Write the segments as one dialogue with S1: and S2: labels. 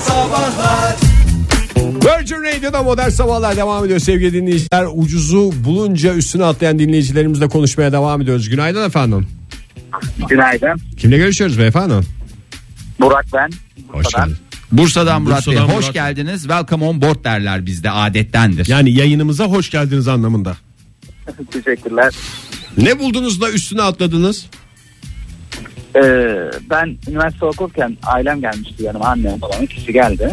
S1: Sabahlar
S2: Virgin Radio'da modern sabahlar devam ediyor sevgili dinleyiciler. Ucuzu bulunca üstüne atlayan dinleyicilerimizle konuşmaya devam ediyoruz. Günaydın efendim.
S3: Günaydın.
S2: Kimle görüşüyoruz beyefendi?
S3: Burak ben.
S2: Hoş
S3: Bursa'dan.
S2: geldin.
S4: Bursa'dan Murat
S5: Bursa'dan
S4: Bey hoş
S5: Murat.
S4: geldiniz. Welcome on board derler bizde adettendir.
S5: Yani yayınımıza hoş geldiniz anlamında.
S3: Teşekkürler.
S2: Ne buldunuz da üstüne atladınız?
S3: Ee, ben üniversite okurken ailem gelmişti yanıma annem babam ikisi geldi.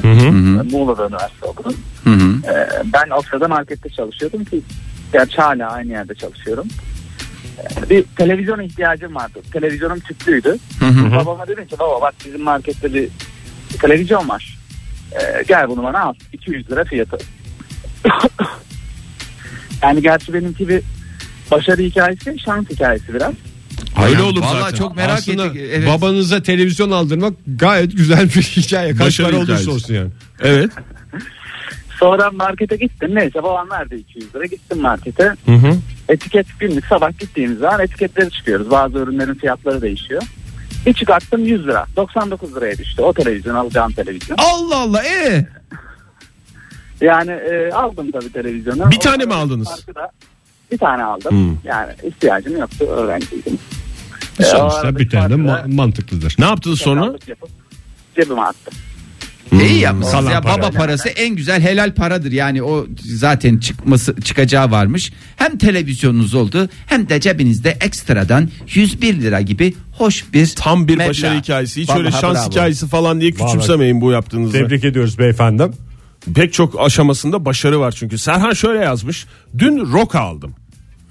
S3: Muğla'da üniversite okudum. Ee, ben o sırada markette çalışıyordum ki gerçi hala aynı yerde çalışıyorum. Ee, bir televizyon ihtiyacım vardı. Televizyonum tüplüydü. Babama dedim ki baba bak bizim markette bir bir televizyon var. Ee, gel bunu bana al. 200 lira fiyatı. yani gerçi benimki bir başarı hikayesi, şans hikayesi biraz.
S5: Öyle olur
S4: Vallahi
S5: zaten.
S4: çok merak
S2: Aslında
S4: ettik. Evet.
S2: babanıza televizyon aldırmak gayet güzel bir hikaye. Kaç
S5: Başarı
S2: para olursa
S5: hikayesi.
S2: olsun yani.
S5: Evet.
S3: Sonra markete gittim. Neyse babam verdi 200 lira. Gittim markete.
S2: Hı hı.
S3: Etiket günlük sabah gittiğimiz zaman etiketleri çıkıyoruz. Bazı ürünlerin fiyatları değişiyor. Bir çıkarttım 100 lira. 99 liraya düştü. O televizyon alacağım televizyon.
S4: Allah Allah ee?
S3: Yani e, aldım tabii televizyonu.
S5: Bir
S3: O
S5: tane mi
S3: parayı
S5: aldınız? Hmm.
S3: farkı da Bir tane aldım. Yani ihtiyacım yoktu. Öğrenciydim. E, o
S2: Sonuçta
S3: arada
S2: bir tane de
S3: farkı da
S2: ma- mantıklıdır.
S5: Ne yaptınız sonra? Hmm.
S3: fedalık yapıp Cebime attım.
S4: İyi yapmışsınız
S5: Kalan
S4: ya
S5: para.
S4: baba parası en güzel helal paradır yani o zaten çıkması çıkacağı varmış. Hem televizyonunuz oldu hem de cebinizde ekstradan 101 lira gibi hoş bir
S5: Tam bir
S4: meblağ.
S5: başarı hikayesi. Hiç
S4: Vallahi
S5: öyle şans
S4: bravo.
S5: hikayesi falan diye küçümsemeyin bu yaptığınızı.
S2: Tebrik ediyoruz beyefendim.
S5: Pek çok aşamasında başarı var çünkü. Serhan şöyle yazmış. Dün roka aldım.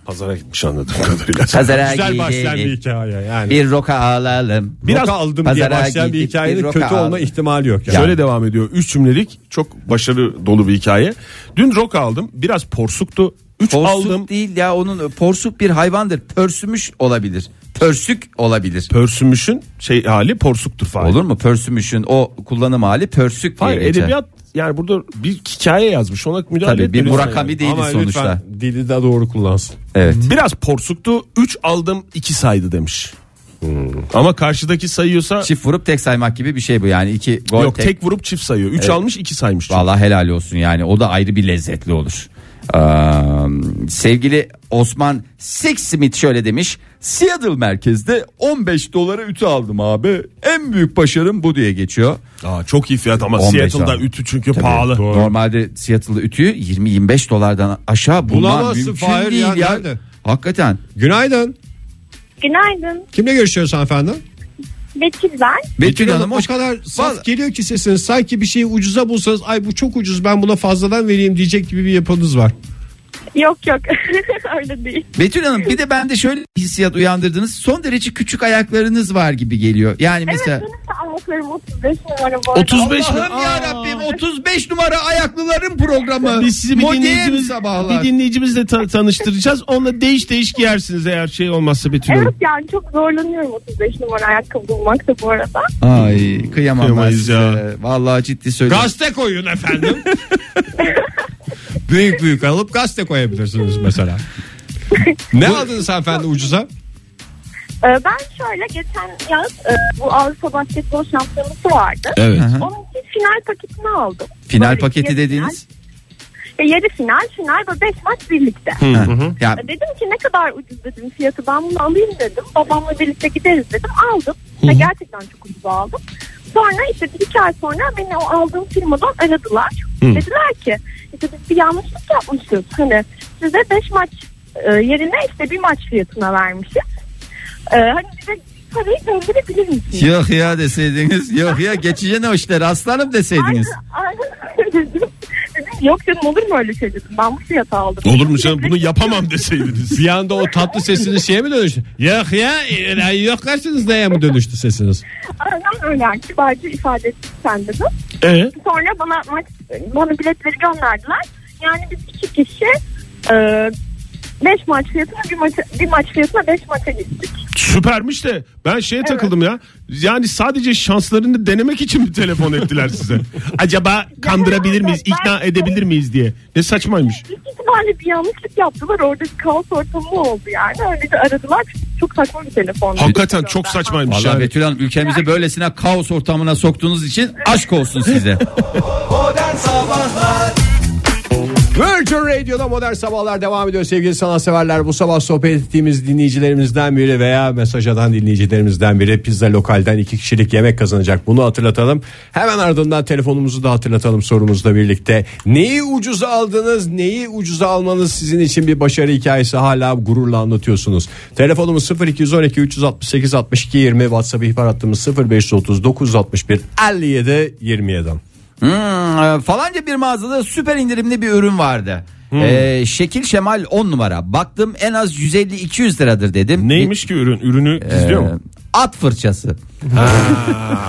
S5: Pazara gitmiş anladığım kadarıyla.
S4: Pazara
S2: Güzel başlayan
S4: gidelim.
S2: bir hikaye yani.
S4: Bir roka alalım.
S2: Biraz
S4: Roka
S2: aldım diye
S4: pazara
S2: başlayan bir
S4: gidip
S2: hikayenin
S4: bir roka
S2: kötü olma
S4: aldım.
S2: ihtimali yok. Yani.
S5: Şöyle devam ediyor. Üç cümlelik çok başarı dolu bir hikaye. Dün roka aldım. Biraz porsuktu. Üç
S4: Porsuk
S5: aldım.
S4: değil ya onun porsuk bir hayvandır. Pörsümüş olabilir. Pörsük olabilir.
S5: Pörsümüşün şey hali porsuktur falan.
S4: Olur mu? Pörsümüşün o kullanım hali pörsük diye
S5: Hayır
S4: geçer.
S5: edebiyat yani burada bir hikaye yazmış ona müdahale
S4: Tabii, bir
S5: etmeniz
S4: Murakami
S5: yani.
S4: değil
S5: Ama
S4: sonuçta.
S2: Lütfen dili de doğru kullansın.
S4: Evet.
S5: Biraz porsuktu 3 aldım 2 saydı demiş. Ama karşıdaki sayıyorsa
S4: Çift vurup tek saymak gibi bir şey bu yani. iki gol
S5: yok tek,
S4: tek.
S5: vurup çift sayıyor 3 almış 2 saymış. çünkü.
S4: Vallahi helal olsun yani. O da ayrı bir lezzetli olur. Ee, sevgili Osman Sixsmith şöyle demiş. Seattle merkezde 15 dolara ütü aldım abi. En büyük başarım bu diye geçiyor.
S5: Aa, çok iyi fiyat ama
S4: 15
S5: Seattle'da
S4: abi.
S5: ütü çünkü pahalı.
S4: Normalde Seattle'da ütüyü 20-25 dolardan aşağı bulman
S2: Bulamazsın
S4: mümkün
S2: Fahir
S4: değil
S2: ya,
S4: ya.
S2: nerede?
S4: Hakikaten.
S2: Günaydın.
S6: Günaydın.
S2: Kimle görüşüyoruz hanımefendi?
S6: Betül ben.
S4: Betül Hanım hoş
S2: o kadar saf
S4: Vallahi-
S2: geliyor ki sesiniz. Sanki bir şeyi ucuza bulsanız ay bu çok ucuz ben buna fazladan vereyim diyecek gibi bir yapınız var.
S6: Yok yok. Öyle değil.
S4: Betül Hanım bir de bende şöyle bir hissiyat uyandırdınız. Son derece küçük ayaklarınız var gibi geliyor. Yani mesela
S6: Evet benim de ayaklarım 35 numara bu arada.
S5: 35 mi?
S4: Allah'ım ya Rabbim 35 numara ayaklıların programı.
S5: Biz sizi bir
S4: Modern
S5: dinleyicimiz,
S4: sabahlar.
S5: bir dinleyicimizle ta- tanıştıracağız. Onunla değiş değiş giyersiniz eğer şey olmazsa Betül Hanım.
S6: Evet yani çok zorlanıyorum 35 numara ayakkabı bulmakta bu arada.
S4: Ay kıyamam ben
S5: Kıyamayız
S4: size.
S2: Ee,
S5: ya.
S4: Vallahi ciddi söylüyorum.
S2: Gazete koyun efendim. büyük büyük alıp gazete koyabilirsiniz mesela. ne aldınız hanımefendi ucuza?
S6: Ee, ben şöyle geçen yaz e, bu Avrupa Basketbol Şampiyonası vardı.
S5: Evet.
S4: Aha.
S6: Onun için final paketini aldım.
S4: Final
S6: Böyle
S4: paketi
S6: yarı
S4: dediğiniz.
S6: final, e, yarı final, final ve 5 maç birlikte.
S4: Ha. Ya
S6: E, Dedim ki ne kadar ucuz dedim fiyatı ben bunu alayım dedim. Babamla birlikte gideriz dedim. Aldım. Ve gerçekten çok ucuz aldım. Sonra işte bir iki ay sonra beni o aldığım firmadan aradılar. Dediler ki işte biz bir yanlışlık yapmışız. Hani size beş maç e, yerine işte bir maç fiyatına vermişiz. E, hani bize parayı gönderebilir misiniz?
S4: yok ya deseydiniz. Yok ya geçeceğine o işleri aslanım deseydiniz.
S6: Ay, dedim, dedim, Yok canım olur mu öyle şey dedim. Ben bu fiyata aldım.
S5: Olur mu canım bunu yapamam deseydiniz.
S2: Bir anda o tatlı sesiniz şeye mi dönüştü? Yok ya e, yok dersiniz neye mi dönüştü sesiniz?
S6: Aynen öyle. yani, Kibarca ifade ettim sen dedim.
S5: Ee?
S6: Sonra bana maç, bana biletleri gönderdiler. Yani biz iki kişi e, beş maç fiyatına bir maça bir maç fiyatına beş maça gittik.
S5: Süpermiş de ben şeye takıldım ya. Yani sadece şanslarını denemek için mi telefon ettiler size? Acaba kandırabilir miyiz, ikna edebilir miyiz diye. Ne saçmaymış.
S6: İlk ihtimalle bir yanlışlık yaptılar. Orada bir kaos ortamı oldu yani. Öyle de aradılar.
S7: Çok saçma bir telefon.
S5: Hakikaten çok saçmaymış
S4: Vallahi
S5: yani.
S4: Betül Hanım ülkemizi böylesine kaos ortamına soktuğunuz için aşk olsun size.
S2: Virgin Radio'da modern sabahlar devam ediyor sevgili sanatseverler. Bu sabah sohbet ettiğimiz dinleyicilerimizden biri veya mesaj atan dinleyicilerimizden biri pizza lokalden iki kişilik yemek kazanacak. Bunu hatırlatalım. Hemen ardından telefonumuzu da hatırlatalım sorumuzla birlikte. Neyi ucuza aldınız, neyi ucuza almanız sizin için bir başarı hikayesi hala gururla anlatıyorsunuz. Telefonumuz 0212 368 62 20 WhatsApp ihbar hattımız 0530 961 57 27'den.
S4: Hmm, e, falanca bir mağazada süper indirimli bir ürün vardı.
S5: Hmm.
S4: E, şekil şemal 10 numara. Baktım en az 150-200 liradır dedim.
S5: Neymiş ki ürün? Ürünü
S4: E,
S5: gizliyor mu?
S4: At fırçası.
S5: Ha,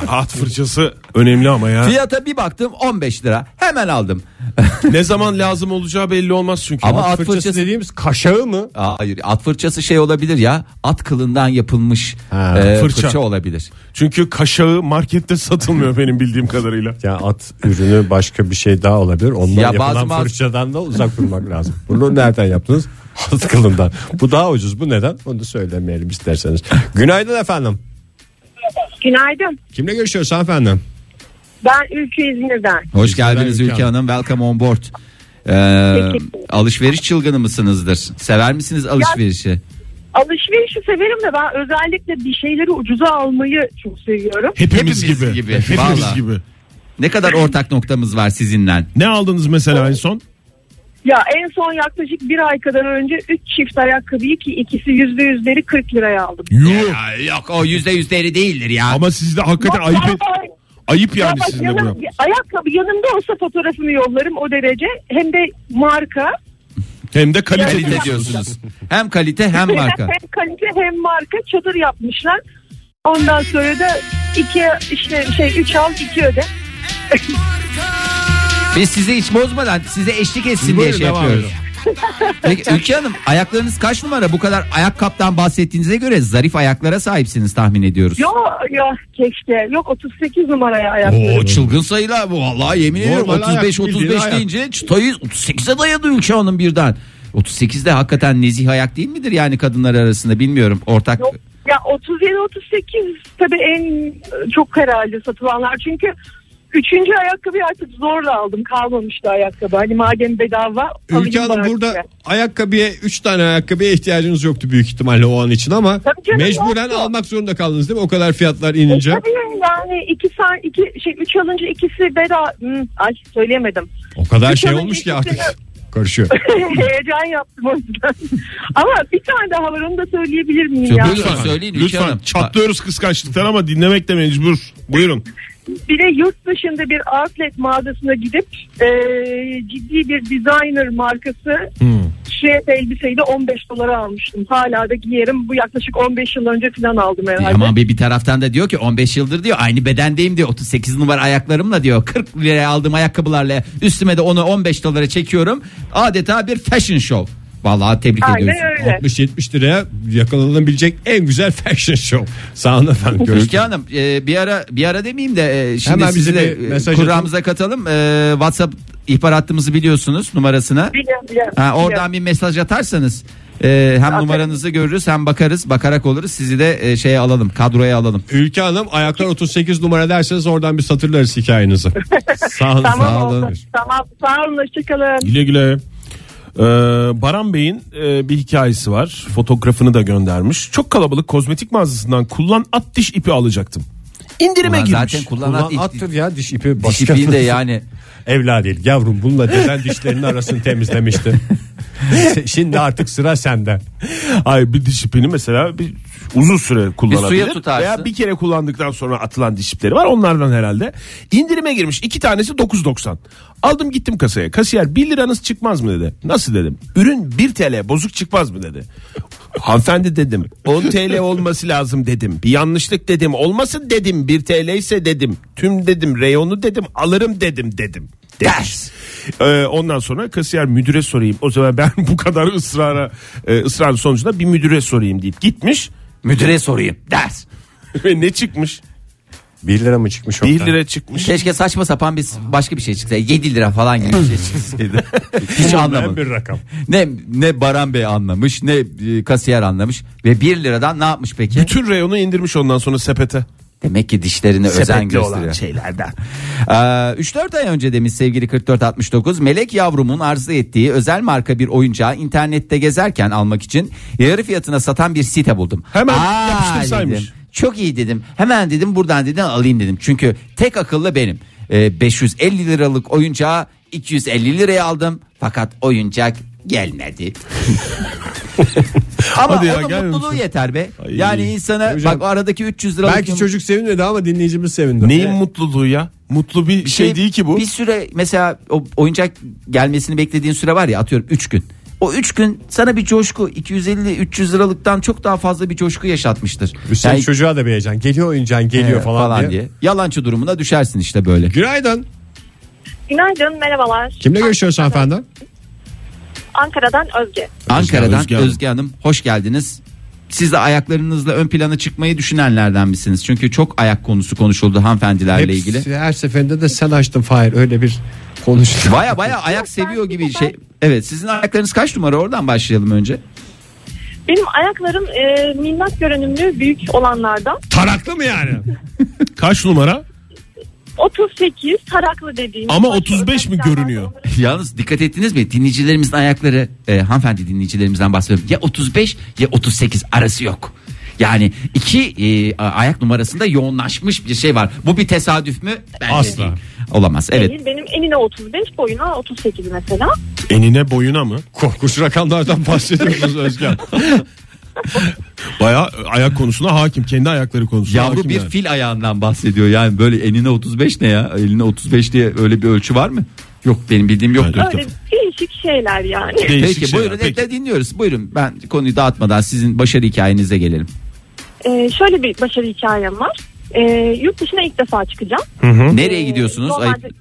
S5: At fırçası önemli ama ya.
S4: Fiyata bir baktım 15 lira. Hemen aldım.
S5: ne zaman lazım olacağı belli olmaz çünkü.
S4: Ama at
S5: At fırçası-
S4: fırçası-
S2: dediğimiz kaşağı mı?
S4: Aa, Hayır at fırçası şey olabilir ya. At kılından yapılmış
S2: Ha,
S4: e,
S5: fırça.
S4: fırça. olabilir.
S5: Çünkü kaşağı markette satılmıyor benim bildiğim kadarıyla.
S2: Ya at ürünü başka bir şey daha olabilir.
S4: Ya
S2: Ondan yapılan
S4: bazı mağaz-
S2: fırçadan da uzak durmak lazım. Bunu nereden yaptınız? At kılından. Bu daha ucuz. Bu neden? Onu da söylemeyelim isterseniz. Günaydın efendim.
S7: Günaydın.
S2: Kimle görüşüyoruz efendim?
S7: Ben Ülke İzmir'den.
S4: Hoş geldiniz
S2: Ülke
S4: Ülke Hanım. Welcome on board. E, alışveriş çılgını mısınızdır? Sever misiniz alışverişi?
S7: Alışverişi severim de ben özellikle bir şeyleri ucuza almayı çok seviyorum.
S5: Hepimiz,
S4: Hepimiz
S5: gibi.
S4: gibi,
S5: Hepimiz
S4: vallahi.
S5: gibi.
S4: Ne kadar ortak noktamız var sizinle?
S5: Ne aldınız mesela en son?
S7: Ya en son yaklaşık bir ay kadar önce 3 çift ayakkabıyı ki ikisi yüzde yüzleri 40 liraya aldım.
S5: Yuh.
S4: Ya yok o yüzde yüz deri değildir ya.
S5: Ama sizde hakikaten ayıp ayıp
S7: Ya
S5: yani
S7: bak
S5: sizin de bu.
S7: yanım-
S5: yaptığınız.
S7: ayakkabı yanımda olsa fotoğrafını yollarım o derece. Hem de marka.
S5: Hem de kalite
S4: kalite
S5: diyorsun.
S4: diyorsunuz. Hem kalite hem marka.
S7: Hem kalite hem marka çadır yapmışlar. Ondan sonra da iki işte şey 3 al 2 öde.
S4: Biz sizi hiç bozmadan size eşlik etsin diye
S5: Buyurun,
S4: şey
S5: devam
S4: yapıyoruz. Peki Ülke Hanım ayaklarınız kaç numara? Bu kadar ayak kaptan bahsettiğinize göre zarif ayaklara sahipsiniz tahmin ediyoruz.
S7: Yo yo keşke. Yok 38 numaraya ayakkabı.
S4: O çılgın sayılar bu vallahi yemin ediyorum
S2: Normal ayak,
S4: 35
S2: bildiğin
S4: 35
S2: ayak.
S4: deyince çıtayı 38'e dayadı Ülke Hanım birden. 38'de hakikaten nezih ayak değil midir yani kadınlar arasında bilmiyorum ortak.
S7: Yok. Ya 37-38 tabii en e, çok herhalde satılanlar. Çünkü üçüncü ayakkabıyı artık zorla aldım. Kalmamıştı ayakkabı. Hani madem bedava
S2: Ülke
S7: alayım
S2: Hanım
S7: bari
S2: burada
S7: diye.
S2: ayakkabıya 3 tane ayakkabıya ihtiyacınız yoktu büyük ihtimalle o an için ama
S7: Tabii canım,
S2: mecburen
S7: yoktu. E,
S2: almak zorunda kaldınız değil mi? O kadar fiyatlar inince.
S7: Tabii yani iki sen iki şey üç alınca ikisi bedava. Hmm, ay söyleyemedim.
S2: O kadar
S7: Üç
S2: şey
S7: alınca
S2: olmuş ki
S7: ikisi
S2: artık
S7: de-
S2: karışıyor.
S7: Heyecan yaptım o yüzden. Ama bir tane daha var onu da söyleyebilir miyim ya?
S4: Buyurun söyleyin Ülke
S5: Lütfen
S4: Hanım.
S5: çatlıyoruz kıskançlıktan ama dinlemek de mecbur. Buyurun.
S7: Bir de yurt dışında bir outlet mağazasına gidip e, ciddi bir designer markası
S4: Hmm.
S7: şirket elbiseyi de 15 dolara almıştım. Hala da giyerim. Bu yaklaşık 15 yıl önce falan aldım herhalde.
S4: Ama bir, bir taraftan da diyor ki 15 yıldır diyor aynı bedendeyim diyor 38 numara ayaklarımla diyor 40 liraya aldığım ayakkabılarla üstüme de onu 15 dolara çekiyorum adeta bir fashion show. Vallahi tebrik
S7: Aynen
S4: ediyoruz.
S7: öyle.
S2: 60-70 liraya yakalanabilecek en güzel fashion show. Sağ olun efendim. Görüşmek
S4: Ülke Hanım e, bir ara bir ara demeyeyim de e, şimdi
S2: Hemen bize
S4: sizi de
S2: bir
S4: e,
S2: mesaj
S4: kurağımıza katalım. E, WhatsApp ihbar hattımızı biliyorsunuz numarasını.
S7: Biliyorum, biliyorum,
S4: Ha,
S7: biliyorum.
S4: oradan bir mesaj atarsanız e, hem numaranızı görürüz hem bakarız bakarak oluruz sizi de e, şeye alalım kadroya alalım.
S2: Ülke Hanım ayaklar 38 numara derseniz oradan bir satırlarız hikayenizi. sağ olun.
S7: Tamam
S2: sağ
S7: oldu.
S2: olun.
S7: Tamam sağ olun hoşçakalın.
S5: Güle güle. Ee, Baran Bey'in e, bir hikayesi var. Fotoğrafını da göndermiş. Çok kalabalık kozmetik mağazasından kullan at diş ipi alacaktım. İndirime
S4: Ulan
S5: girmiş.
S4: zaten kullanan
S2: Ulan
S4: it-
S2: attır ya diş ipi.
S4: diş
S2: Başka
S4: ipiyi de yani
S2: Evla değil yavrum bununla deden dişlerinin arasını temizlemiştin. Şimdi artık sıra sende.
S5: Ay bir diş ipini mesela bir uzun süre kullanabilir.
S4: Bir suya tutarsın.
S5: Veya bir kere kullandıktan sonra atılan diş ipleri var onlardan herhalde. İndirime girmiş iki tanesi 9.90. Aldım gittim kasaya. Kasiyer 1 liranız çıkmaz mı dedi. Nasıl dedim. Ürün 1 TL bozuk çıkmaz mı dedi. Hanımefendi dedim 10 TL olması lazım dedim. Bir yanlışlık dedim olmasın dedim 1 TL ise dedim. Tüm dedim reyonu dedim alırım dedim dedim. Ders. Ee, ondan sonra kasiyer müdüre sorayım. O zaman ben bu kadar ısrara e, ısrar sonucunda bir müdüre sorayım deyip gitmiş.
S4: müdüre sorayım ders.
S5: Ve ne çıkmış?
S2: 1 lira mı çıkmış
S5: 1
S2: oradan?
S5: lira çıkmış.
S4: Keşke saçma sapan bir başka bir şey çıksa. 7 lira falan gibi bir şey çıksaydı. Hiç
S2: En
S4: anlamadım.
S2: bir rakam.
S4: Ne ne Baran Bey anlamış, ne e, kasiyer anlamış ve 1 liradan ne yapmış peki?
S5: Bütün reyonu indirmiş ondan sonra sepete.
S4: Demek ki dişlerine özen
S5: Sepetli olan
S4: gösteriyor.
S5: şeylerden.
S4: Ee, 3-4 ay önce demiş sevgili 4469 Melek Yavrum'un arzu ettiği özel marka bir oyuncağı internette gezerken almak için yarı fiyatına satan bir site buldum.
S5: Hemen
S4: Aa,
S5: yapıştırsaymış.
S4: dedim. Çok iyi dedim. Hemen dedim buradan dedim alayım dedim. Çünkü tek akıllı benim. Ee, 550 liralık oyuncağı 250 liraya aldım. Fakat oyuncak gelmedi. Ama
S5: Hadi ya,
S4: onun
S5: gelmemiş.
S4: mutluluğu yeter be. Yani insana
S2: Hocam,
S4: bak aradaki 300 liralık
S2: Belki
S4: yumurta-
S2: çocuk sevinmedi ama dinleyicimiz sevindi.
S5: Neyin
S2: Evet.
S5: mutluluğu ya? Mutlu bir şey,
S4: Şey,
S5: değil ki bu.
S4: Bir süre mesela o oyuncak gelmesini beklediğin süre var ya atıyorum 3 gün. O 3 gün sana bir coşku 250-300 liralıktan çok daha fazla bir coşku yaşatmıştır.
S2: Üstelik çocuğa da bir heyecan. Geliyor oyuncağın geliyor
S4: e,
S2: falan, diye.
S4: Yalancı durumuna düşersin işte böyle.
S2: Günaydın.
S6: Günaydın merhabalar.
S2: Kimle görüşüyoruz hanımefendi?
S6: Ankara'dan Özge.
S4: Ankara'dan
S5: Özge
S4: Özge
S5: Hanım.
S4: Hanım. hoş geldiniz. Siz de ayaklarınızla ön plana çıkmayı düşünenlerden misiniz? Çünkü çok ayak konusu konuşuldu hanımefendilerle
S2: Hepsi-
S4: ilgili.
S2: Her seferinde de sen açtın Fahir öyle bir konuştun.
S4: Baya baya ayak seviyor gibi şey. Evet sizin ayaklarınız kaç numara oradan başlayalım önce.
S6: Benim ayaklarım e, minnak görünümlü büyük olanlardan.
S5: Taraklı mı yani? Kaç numara?
S6: 38 taraklı dediğimiz.
S5: Ama
S6: başka
S5: 35 mi
S6: özellikler var.
S5: görünüyor?
S4: Yalnız dikkat ettiniz mi? Dinleyicilerimizin ayakları e, hanımefendi dinleyicilerimizden bahsediyorum. Ya 35 ya 38 arası yok. Yani iki e, a- ayak numarasında yoğunlaşmış bir şey var. Bu bir tesadüf mü? Bence
S2: Asla.
S4: değil. Olamaz. Evet.
S6: Değil, benim enine 35 boyuna 38 mesela.
S5: Enine boyuna mı?
S2: Korkunç rakamlardan bahsediyorsunuz Özgen.
S5: Baya ayak konusuna hakim. Kendi ayakları konusuna
S4: Yavru
S5: hakim
S4: bir
S5: yani.
S4: fil ayağından bahsediyor. Yani böyle enine 35 ne ya? Eline 35 diye öyle bir ölçü var mı? Yok benim bildiğim yoktur.
S5: Hayır.
S6: Böyle değişik şeyler yani.
S5: Değişik
S4: Peki
S5: şeyler.
S4: buyurun
S5: Peki.
S4: de dinliyoruz. Buyurun ben konuyu dağıtmadan sizin başarı hikayenize gelelim.
S6: E, şöyle bir başarı hikayem var. E, yurt dışına ilk defa çıkacağım.
S4: Nereye
S6: Ee,
S4: gidiyorsunuz?
S6: normalde-
S4: Ayıp-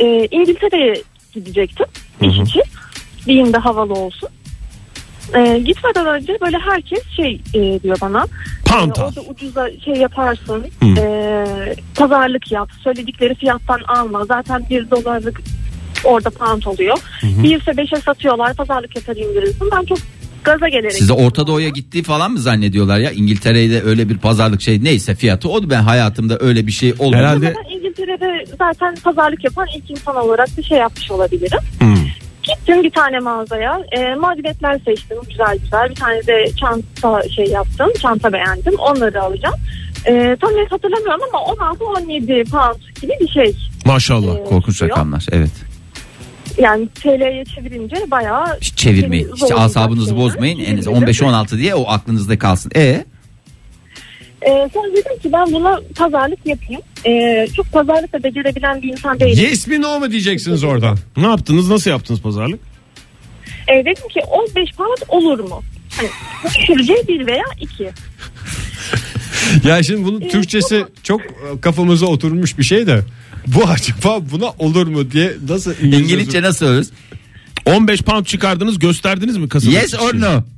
S6: Ee, İngiltere'ye gidecektim iş için. Diyeyim de havalı olsun. Ee, gitmeden önce böyle herkes şey e, diyor bana.
S5: Pound
S6: e,
S5: al.
S6: orada ucuza şey yaparsın. e, pazarlık yap. Söyledikleri fiyattan alma. Zaten bir dolarlık orada pound oluyor. Birse beşe satıyorlar. Pazarlık yapar indirirsin. Ben çok gaza gelerek.
S4: Size Orta Doğu'ya gittiği falan mı zannediyorlar ya? İngiltere'de öyle bir pazarlık şey neyse fiyatı o ben hayatımda öyle bir şey olmadı.
S5: Herhalde
S6: Zaten İngiltere'de zaten pazarlık yapan ilk insan olarak bir şey yapmış olabilirim.
S4: Hmm.
S6: Gittim bir tane mağazaya. E, marifetler seçtim güzel güzel. Bir tane de çanta şey yaptım. Çanta beğendim. Onları alacağım. E, tam net hatırlamıyorum ama 16-17 pound gibi bir şey.
S5: maşallah.
S4: Ee, Korkunç
S6: Yok.
S4: rakamlar evet.
S6: Yani TL'ye çevirince bayağı... şey,
S4: Hiç çevirmeyin.
S6: zor
S4: Hiç
S6: olacak
S4: asabınızı
S6: şeyler.
S4: bozmayın. En az
S6: Çevirdim.
S4: 15-16 diye o aklınızda kalsın. E
S6: E, sonra dedim ki ben buna pazarlık yapayım. E, çok pazarlıkla becerebilen bir insan değilim.
S2: yes mi no mu diyeceksiniz oradan.
S5: Ne yaptınız? Nasıl yaptınız pazarlık?
S6: E, dedim ki 15 pound olur mu? Hani, düşüreceği bir veya iki.
S2: Ya şimdi bunun Türkçesi çok e, kafamıza oturmuş bir şey de. Bu acaba buna olur mu diye nasıl İngilizce,
S4: İngilizce nasıl söz?
S5: 15 pound çıkardınız gösterdiniz mi kasada?
S4: Yes or no?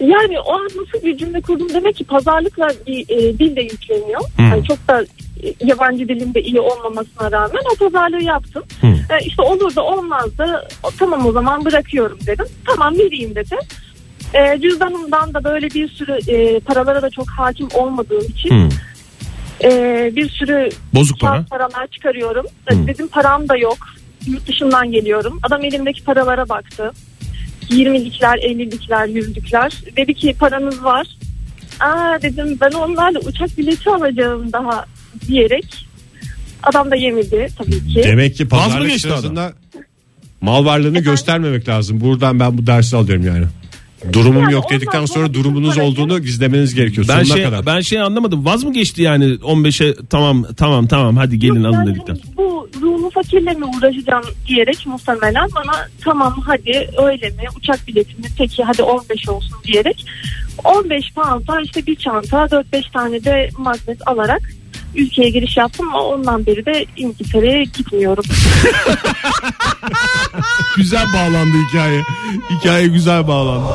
S6: Yani o an nasıl bir cümle kurdum demek ki pazarlıkla bir e, dil de yükleniyor.
S4: Hmm.
S6: Yani çok da e, yabancı dilimde iyi olmamasına rağmen o pazarlığı yaptım.
S4: Hmm.
S6: E, işte olur da olmaz da o, tamam o zaman bırakıyorum dedim. Tamam vereyim dedi. E, cüzdanımdan da böyle bir sürü e, paralara da çok hakim olmadığım için e, bir sürü
S5: Bozuk para.
S6: kağıt paralar çıkarıyorum. Dedim param da yok. Yurt dışından geliyorum. Adam elimdeki paralara baktı. 20'likler, 50'likler, 100'lükler. Dedi ki paranız var. Aa dedim ben onlarla uçak bileti alacağım daha diyerek. Adam da yemedi tabii ki.
S2: Demek ki
S5: Vaz mı
S2: pazarlık
S5: geçti adam?
S2: sırasında mal varlığını göstermemek lazım. Buradan ben bu dersi alıyorum yani. Durumum
S6: Yani
S2: yok dedikten
S6: ondan
S2: sonra
S6: sonra
S2: durumunuz
S6: sonra-
S2: olduğunu gizlemeniz gerekiyor.
S5: Ben
S2: Sonuna
S5: şey
S2: kadar.
S5: ben şey anlamadım. Vaz mı geçti yani 15'e tamam tamam tamam hadi gelin
S6: Yok, ben
S5: alın
S6: hani
S5: dedikten.
S6: Bu ruhlu fakirle mi uğraşacağım diyerek muhtemelen bana tamam hadi öyle mi uçak biletimi peki hadi 15 olsun diyerek 15 pound'a işte bir çanta 4-5 tane de magnet alarak ülkeye giriş yaptım ama ondan beri de İngiltere'ye gitmiyorum.
S5: Güzel bağlandı hikaye. Hikaye güzel bağlandı.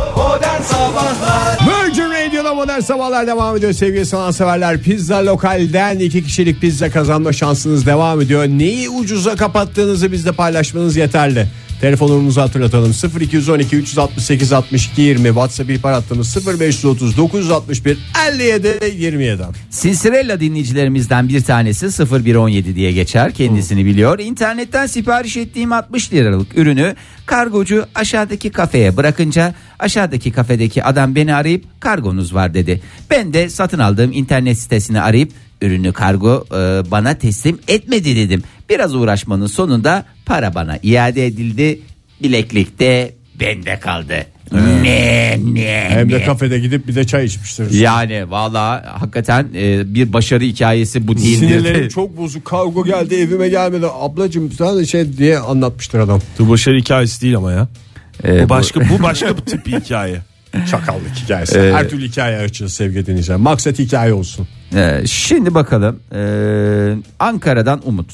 S2: Virgin Radio'da Modern Sabahlar devam ediyor sevgili sanatseverler. Pizza Lokal'den iki kişilik pizza kazanma şansınız devam ediyor. Neyi ucuza kapattığınızı bizle paylaşmanız yeterli. Telefonumuzu hatırlatalım 0212 368 62 20 WhatsApp ihbar hattımız 0530 961 57 27.
S4: Sinsirella dinleyicilerimizden bir tanesi 0117 diye geçer kendisini biliyor. İnternetten sipariş ettiğim 60 liralık ürünü kargocu aşağıdaki kafeye bırakınca aşağıdaki kafedeki adam beni arayıp kargonuz var dedi. Ben de satın aldığım internet sitesini arayıp ürünü kargo e, bana teslim etmedi dedim. Biraz uğraşmanın sonunda para bana iade edildi. Bileklikte bende kaldı. Ne ne
S2: Hem de
S4: ne.
S2: kafede gidip bir de çay içmiştir.
S4: Yani valla hakikaten e, bir başarı hikayesi bu değildir.
S2: Sinirlerim çok bozuk kargo geldi evime gelmedi ablacım sana şey diye anlatmıştır adam.
S5: Bu başarı hikayesi değil ama ya.
S4: E,
S5: bu başka bu başka bir tip bir hikaye.
S2: Çakallık hikayesi. Her türlü hikaye açacağız sevgili dinleyiciler. Maksat hikaye olsun.
S4: Ee, şimdi bakalım ee, Ankara'dan Umut.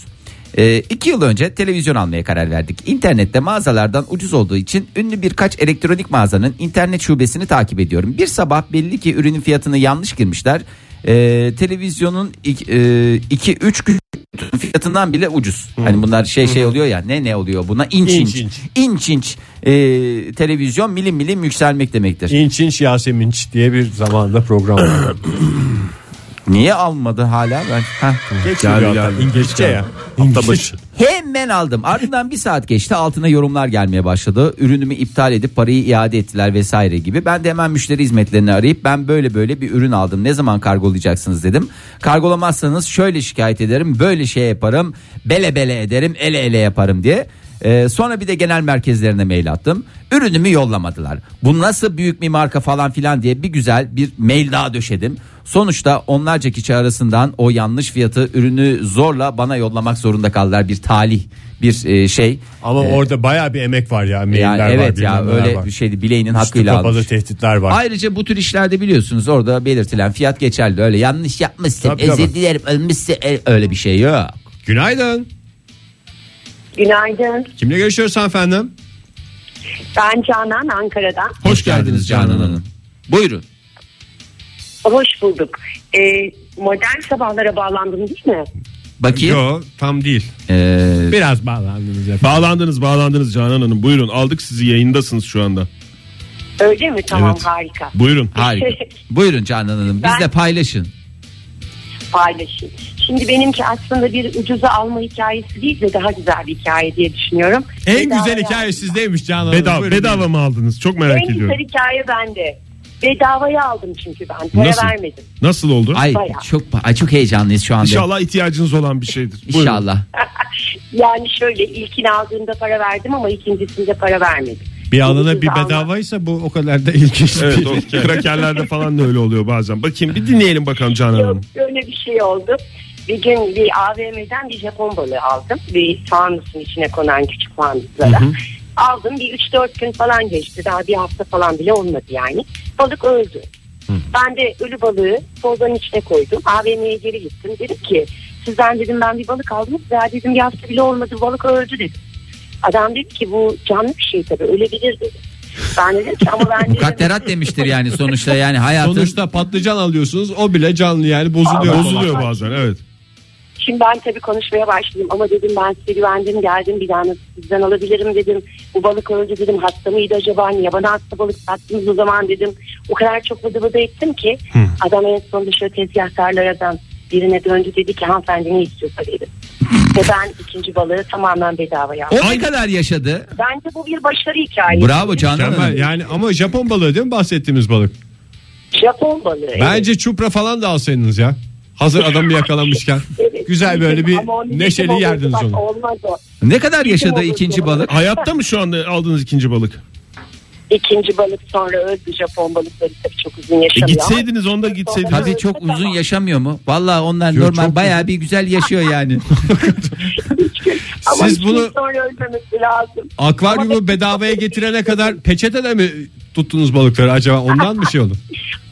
S4: Ee, iki yıl önce televizyon almaya karar verdik. İnternette mağazalardan ucuz olduğu için ünlü birkaç elektronik mağazanın internet şubesini takip ediyorum. Bir sabah belli ki ürünün fiyatını yanlış girmişler. Ee, televizyonun 2-3 gün fiyatından bile ucuz. Hani bunlar şey şey oluyor ya ne ne oluyor buna inç inç.
S2: Hmm. İnç,
S4: İnç
S2: inç.
S4: inç, ee, televizyon milim milim yükselmek demektir.
S2: İnç inç Yaseminç diye bir zamanda program vardı.
S4: Niye almadı hala ben? Heh.
S2: Geç
S5: Gel,
S2: yürü
S5: gel.
S2: hatta. İngilizce ya.
S5: başı.
S4: Hemen aldım. Ardından bir saat geçti. Altına yorumlar gelmeye başladı. Ürünümü iptal edip parayı iade ettiler vesaire gibi. Ben de hemen müşteri hizmetlerini arayıp ben böyle böyle bir ürün aldım. Ne zaman kargolayacaksınız dedim. Kargolamazsanız şöyle şikayet ederim. Böyle şey yaparım. Bele bele ederim. Ele ele yaparım diye. Ee, sonra bir de genel merkezlerine mail attım. Ürünümü yollamadılar. Bu nasıl büyük bir marka falan filan diye bir güzel bir mail daha döşedim. Sonuçta onlarca kişi arasından o yanlış fiyatı ürünü zorla bana yollamak zorunda kaldılar. Bir talih bir e, şey.
S2: Ama orada baya bir emek var ya. Mailler
S4: Yani
S2: var,
S4: evet ya
S2: bilmem neler
S4: öyle
S2: var.
S4: bir şeydi bileğinin
S2: Üstü
S4: hakkıyla
S2: kapalı
S4: almış.
S2: tehditler var.
S4: Ayrıca bu tür işlerde biliyorsunuz orada belirtilen fiyat geçerli. Öyle yanlış yapmışsın,
S2: Tabii, tabii.
S4: özür dilerim, ölmüşsün e, öyle bir şey yok.
S2: Günaydın.
S1: Günaydın.
S2: Kimle görüşüyoruz hanımefendim?
S1: Ben Canan Ankara'dan.
S4: Hoş, geldiniz Canan Hanım. Buyurun.
S1: Hoş bulduk. Ee, modern sabahlara bağlandım değil mi?
S4: Bakayım.
S2: Yo tam değil.
S4: Ee,
S2: Biraz bağlandınız efendim.
S5: Bağlandınız bağlandınız Canan Hanım. Buyurun aldık sizi yayındasınız şu anda.
S1: Öyle mi? Tamam
S5: Evet.
S1: harika.
S5: Buyurun.
S4: Harika. Buyurun Canan Hanım
S1: Ben-
S4: bizle paylaşın.
S1: Paylaşın. Şimdi benimki aslında bir ucuza alma hikayesi değil de daha güzel bir hikaye diye düşünüyorum.
S2: En
S1: Bedava-
S2: güzel hikaye sizdeymiş Canan Hanım.
S5: Bedava,
S2: Buyurun.
S5: bedava mı aldınız? Çok merak
S1: En güzel
S5: ediyorum.
S1: hikaye bende. Bedavaya aldım çünkü ben. Para
S5: Nasıl?
S1: vermedim.
S5: Nasıl oldu?
S4: Ay
S1: Bayağı.
S4: çok ay çok heyecanlıyız şu anda.
S5: İnşallah ihtiyacınız olan bir şeydir. Buyurun.
S4: İnşallah.
S1: Yani şöyle ilkini aldığımda para verdim ama ikincisinde para vermedim.
S2: Bir alana bir
S1: Ucuza alma-
S2: bedavaysa bu o kadar da ilginç değil.
S5: Evet o krakerlerde falan da öyle oluyor bazen. Bakayım bir dinleyelim bakalım Canan Hanım.
S1: Yok öyle bir şey oldu. Bir gün bir AVM'den bir Japon balığı aldım. Bir fanusun içine konan küçük fanuslara. Aldım bir 3-4 gün falan geçti. Daha bir hafta falan bile olmadı yani. Balık öldü. Ben de ölü balığı tozların içine koydum. AVM'ye geri gittim. Dedim ki sizden dedim ben bir balık aldım. Ya dedim bir hafta bile olmadı balık öldü dedim. Adam dedi ki bu canlı bir şey tabii ölebilir dedi. Ben dedim ki ama ben dedim,
S4: Mukadderat demiştir yani sonuçta yani hayatın.
S2: Sonuçta patlıcan alıyorsunuz o bile canlı yani bozuluyor.
S5: Bozuluyor bazen evet.
S1: Şimdi ben tabii konuşmaya başladım ama dedim ben size güvendim geldim bir daha nasıl sizden alabilirim dedim. Bu balık öldü dedim hasta mıydı acaba niye bana hasta balık sattınız o zaman dedim. O kadar çok vıdı vıdı ettim ki adam en sonunda şöyle tezgahtarlardan birine döndü dedi ki hanımefendi ne istiyorsa dedi. Ve ben ikinci balığı tamamen bedavaya
S4: o
S1: aldım.
S4: ne kadar yaşadı?
S1: Bence bu bir başarı hikayesi.
S4: Bravo Canan
S2: Mükemmel.
S4: Hanım.
S2: Yani ama Japon balığı değil mi bahsettiğimiz balık?
S1: Japon balığı. evet.
S2: Bence çupra falan da alsaydınız ya. Hazır adamı yakalanmışken.
S1: Evet,
S2: Güzel böyle bir
S1: ama onun
S2: neşeli
S1: bizim olurdu,
S2: yerdiniz
S1: bak,
S2: onu.
S1: Olmaz o.
S4: Ne kadar yaşadı
S1: olurdu.
S4: ikinci balık?
S5: Hayatta mı şu anda aldığınız ikinci balık?
S1: İkinci balık sonra öldü Japon balıkları tabii çok uzun
S5: E,
S1: yaşamıyor. ama-
S5: gitseydiniz onda gitseydiniz.
S4: Tabii çok uzun yaşamıyor mu? Vallahi onlar
S2: Yok,
S4: normal
S2: çok-
S4: bayağı bir güzel yaşıyor yani.
S1: Ama
S2: Siz
S1: üç
S2: bunu-
S1: gün sonra ölmemesi lazım.
S2: Akvaryumu
S1: Ama-
S2: bedavaya getirene kadar peçetele mi tuttunuz balıkları acaba ondan mı şey oldu?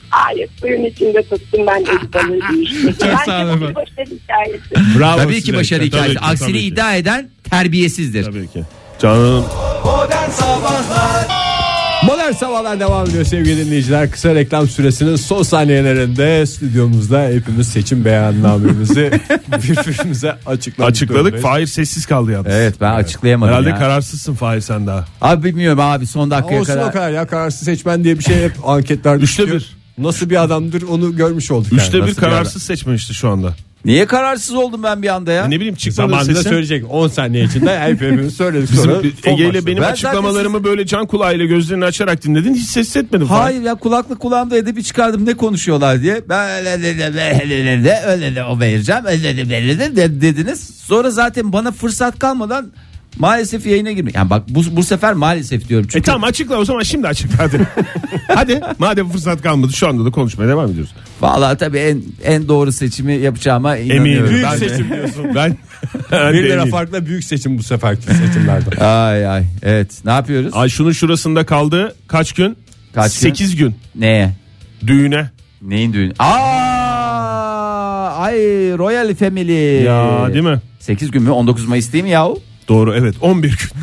S1: Hayır suyun içinde tuttum ben ölü balığı değil.
S2: Çok
S1: Bence
S2: sağ olun
S1: bu bir
S2: efendim.
S1: başarı hikayesi.
S2: Bravo
S4: tabii ki
S2: size.
S4: başarı hikayesi.
S5: tabii ki,
S4: Aksini
S5: tabii ki.
S4: iddia eden terbiyesizdir.
S5: Tabii ki. Canan Hanım.
S2: Modern Sabahlar devam ediyor sevgili dinleyiciler. Kısa reklam süresinin son saniyelerinde stüdyomuzda hepimiz seçim beyannamemizi birbirimize açıkladık.
S5: Açıkladık. Fahir sessiz kaldı yalnız.
S4: Evet ben açıklayamadım
S5: Herhalde
S4: ya.
S5: kararsızsın Fahir sen daha.
S4: Abi bilmiyorum abi son
S2: Ama
S4: dakikaya
S2: Olsun
S4: kadar.
S2: o kadar ya kararsız seçmen diye bir şey hep anketlerde
S5: Üçte
S2: çıkıyor.
S5: bir.
S2: Nasıl bir adamdır onu görmüş olduk
S5: Üçte
S2: yani.
S5: bir kararsız seçmemişti şu anda.
S4: Niye kararsız oldum ben bir anda ya?
S5: Ne bileyim çıkmadı
S2: Zamanında
S5: seçim.
S2: söyleyecek 10 saniye içinde hep hepimiz söyledik
S5: Bizim
S2: sonra. son
S5: Ege ile
S2: maçta.
S5: benim
S4: Ben
S5: açıklamalarımı böyle can kulağıyla gözlerini açarak dinledin hiç ses etmedin. Fahir.
S4: Hayır ya kulaklık kulağımda edip bir çıkardım ne konuşuyorlar diye. Ben öyle de- de- de- öyle de- de- öyle de o vereceğim öyle de- de- de- de- dediniz. Sonra zaten bana fırsat kalmadan maalesef yayına girmek. Yani bak bu, bu sefer maalesef diyorum
S5: E
S4: çünkü.
S5: tamam açıkla o zaman şimdi açıkla hadi. hadi madem fırsat kalmadı şu anda da konuşmaya devam ediyoruz.
S4: Vallahi tabii en en doğru seçimi yapacağıma inanıyorum.
S2: Büyük
S5: Ben de-
S2: seçim diyorsun.
S5: Ben, ben de
S2: Bir lira
S5: eminim.
S2: farkla büyük seçim bu seferki seçimlerde.
S4: Ay ay evet ne yapıyoruz?
S5: Ay şunun şurasında kaldı kaç gün?
S4: Kaç gün?
S5: 8 gün.
S4: Neye?
S5: Düğüne.
S4: Neyin düğünü? Aa! Ay Royal Family.
S5: Ya değil mi?
S4: 8 gün mü? 19 Mayıs değil mi yahu?
S5: Doğru evet 11 gün.